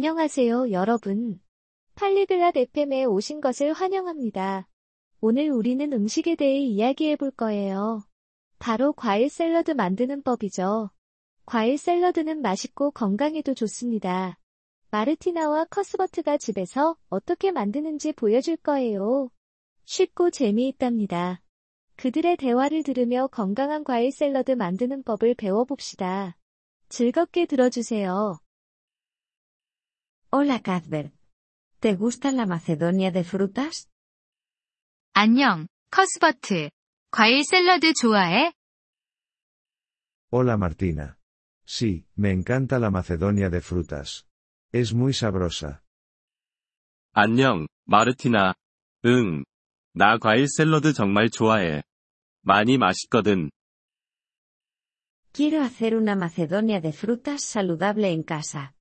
안녕하세요, 여러분. 팔리글랏 FM에 오신 것을 환영합니다. 오늘 우리는 음식에 대해 이야기해 볼 거예요. 바로 과일 샐러드 만드는 법이죠. 과일 샐러드는 맛있고 건강에도 좋습니다. 마르티나와 커스버트가 집에서 어떻게 만드는지 보여줄 거예요. 쉽고 재미있답니다. 그들의 대화를 들으며 건강한 과일 샐러드 만드는 법을 배워봅시다. 즐겁게 들어주세요. Hola, Cuthbert. ¿Te gusta la Macedonia de frutas? 안녕, 커스버트. 과일 샐러드 좋아해? Hola Martina. Sí, me encanta la Macedonia de frutas. Es muy sabrosa. 안녕, 마르티나. 응. 나 과일 샐러드 정말 좋아해. 많이 맛있거든. Quiero hacer una Macedonia de frutas saludable en casa.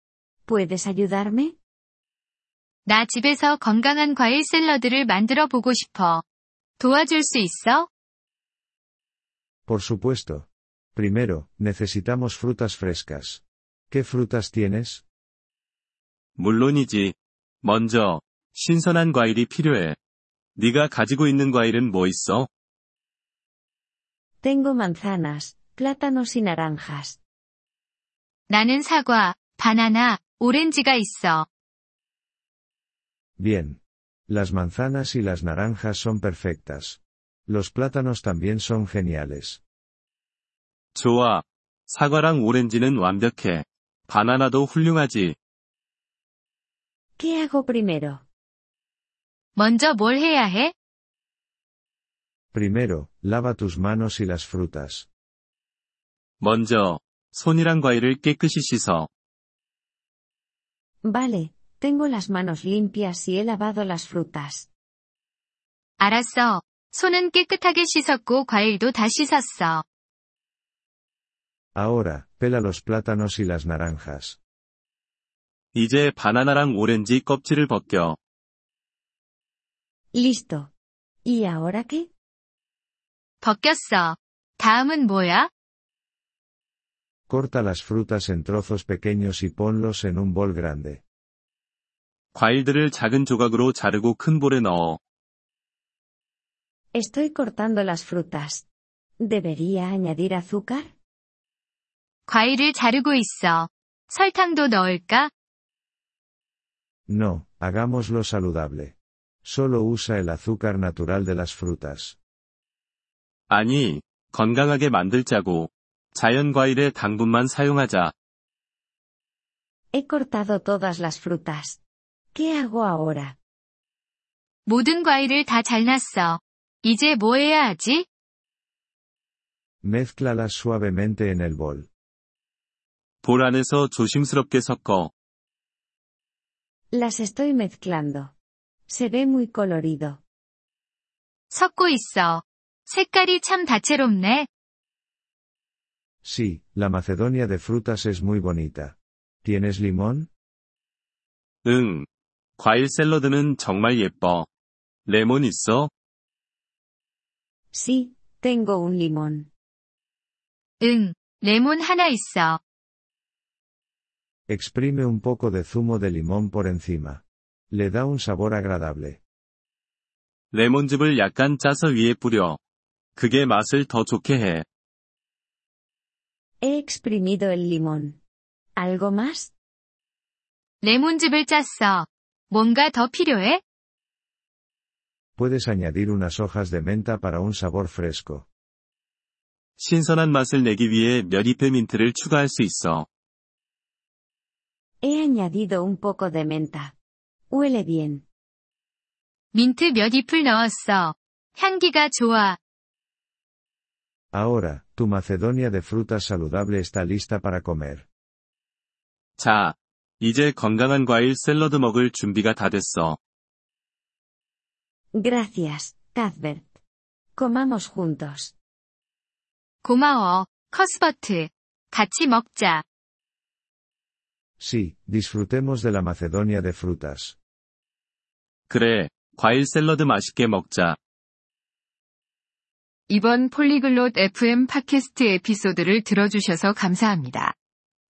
¿Puedes ayudarme? 나 집에서 건강한 과일 샐러드를 만들어 보고 싶어. 도와줄 수 있어? Por supuesto. Primero, necesitamos frutas frescas. ¿Qué frutas tienes? 물론이지. 먼저, 신선한 과일이 필요해. 네가 가지고 있는 과일은 뭐 있어? Tengo manzanas, plátanos y naranjas. 나는 사과, 바나나, 오렌지가 있어. Bien. Las manzanas y las naranjas son perfectas. Los plátanos también son geniales. 좋아. 사과랑 오렌지는 완벽해. 바나나도 훌륭하지. ¿Qué hago primero? 먼저 뭘 해야 해? Primero, lava tus manos y las frutas. 먼저, 손이랑 과일을 깨끗이 씻어. Vale, tengo las manos limpias y he lavado las frutas. 알았어. 손은 깨끗하게 씻었고 과일도 다 씻었어. Ahora, pela los plátanos y las naranjas. 이제 바나나랑 오렌지 껍질을 벗겨. Listo. ¿Y ahora qué? 벗겼어. 다음은 뭐야? Corta las frutas en trozos pequeños y ponlos en un bol grande. 과일들을 작은 조각으로 자르고 큰 볼에 넣어. Estoy cortando las frutas. ¿Debería añadir azúcar? 과일을 자르고 있어. 설탕도 넣을까? No, hagámoslo saludable. Solo usa el azúcar natural de las frutas. 아니, 건강하게 만들자고. 자연 과일의 당분만 사용하자. He cortado todas las frutas. ¿Qué hago ahora? 모든 과일을 다 잘랐어. 이제 뭐 해야 하지? Mézclalas suavemente en el bol. 볼 안에서 조심스럽게 섞어. Las estoy mezclando. Se ve muy colorido. 섞고 있어. 색깔이 참 다채롭네. Sí, la Macedonia de frutas es muy bonita. ¿Tienes limón? 응. 과일 샐러드는 정말 예뻐. 레몬 있어? Sí, tengo un limón. 응, 레몬 하나 있어. Exprime un poco de zumo de limón por encima. Le da un sabor agradable. 레몬즙을 약간 짜서 위에 뿌려. 그게 맛을 더 좋게 해. He exprimido el limón. ¿Algo más? 레몬즙을 짰어. 뭔가 더 필요해? Puedes añadir unas hojas de menta para un sabor fresco. 신선한 맛을 내기 위해 몇 잎의 민트를 추가할 수 있어. He añadido un poco de menta. Huele bien. 민트 몇 잎을 넣었어. 향기가 좋아. Ahora, tu Macedonia de frutas saludable está lista para comer. 자, 이제 건강한 과일 샐러드 먹을 준비가 다 됐어. Gracias, Cuthbert. Comamos juntos. 고마워, 커스버트. 같이 먹자. Sí, disfrutemos de la Macedonia de frutas. 그래, 과일 샐러드 맛있게 먹자. 이번 폴리글롯 FM 팟캐스트 에피소드를 들어주셔서 감사합니다.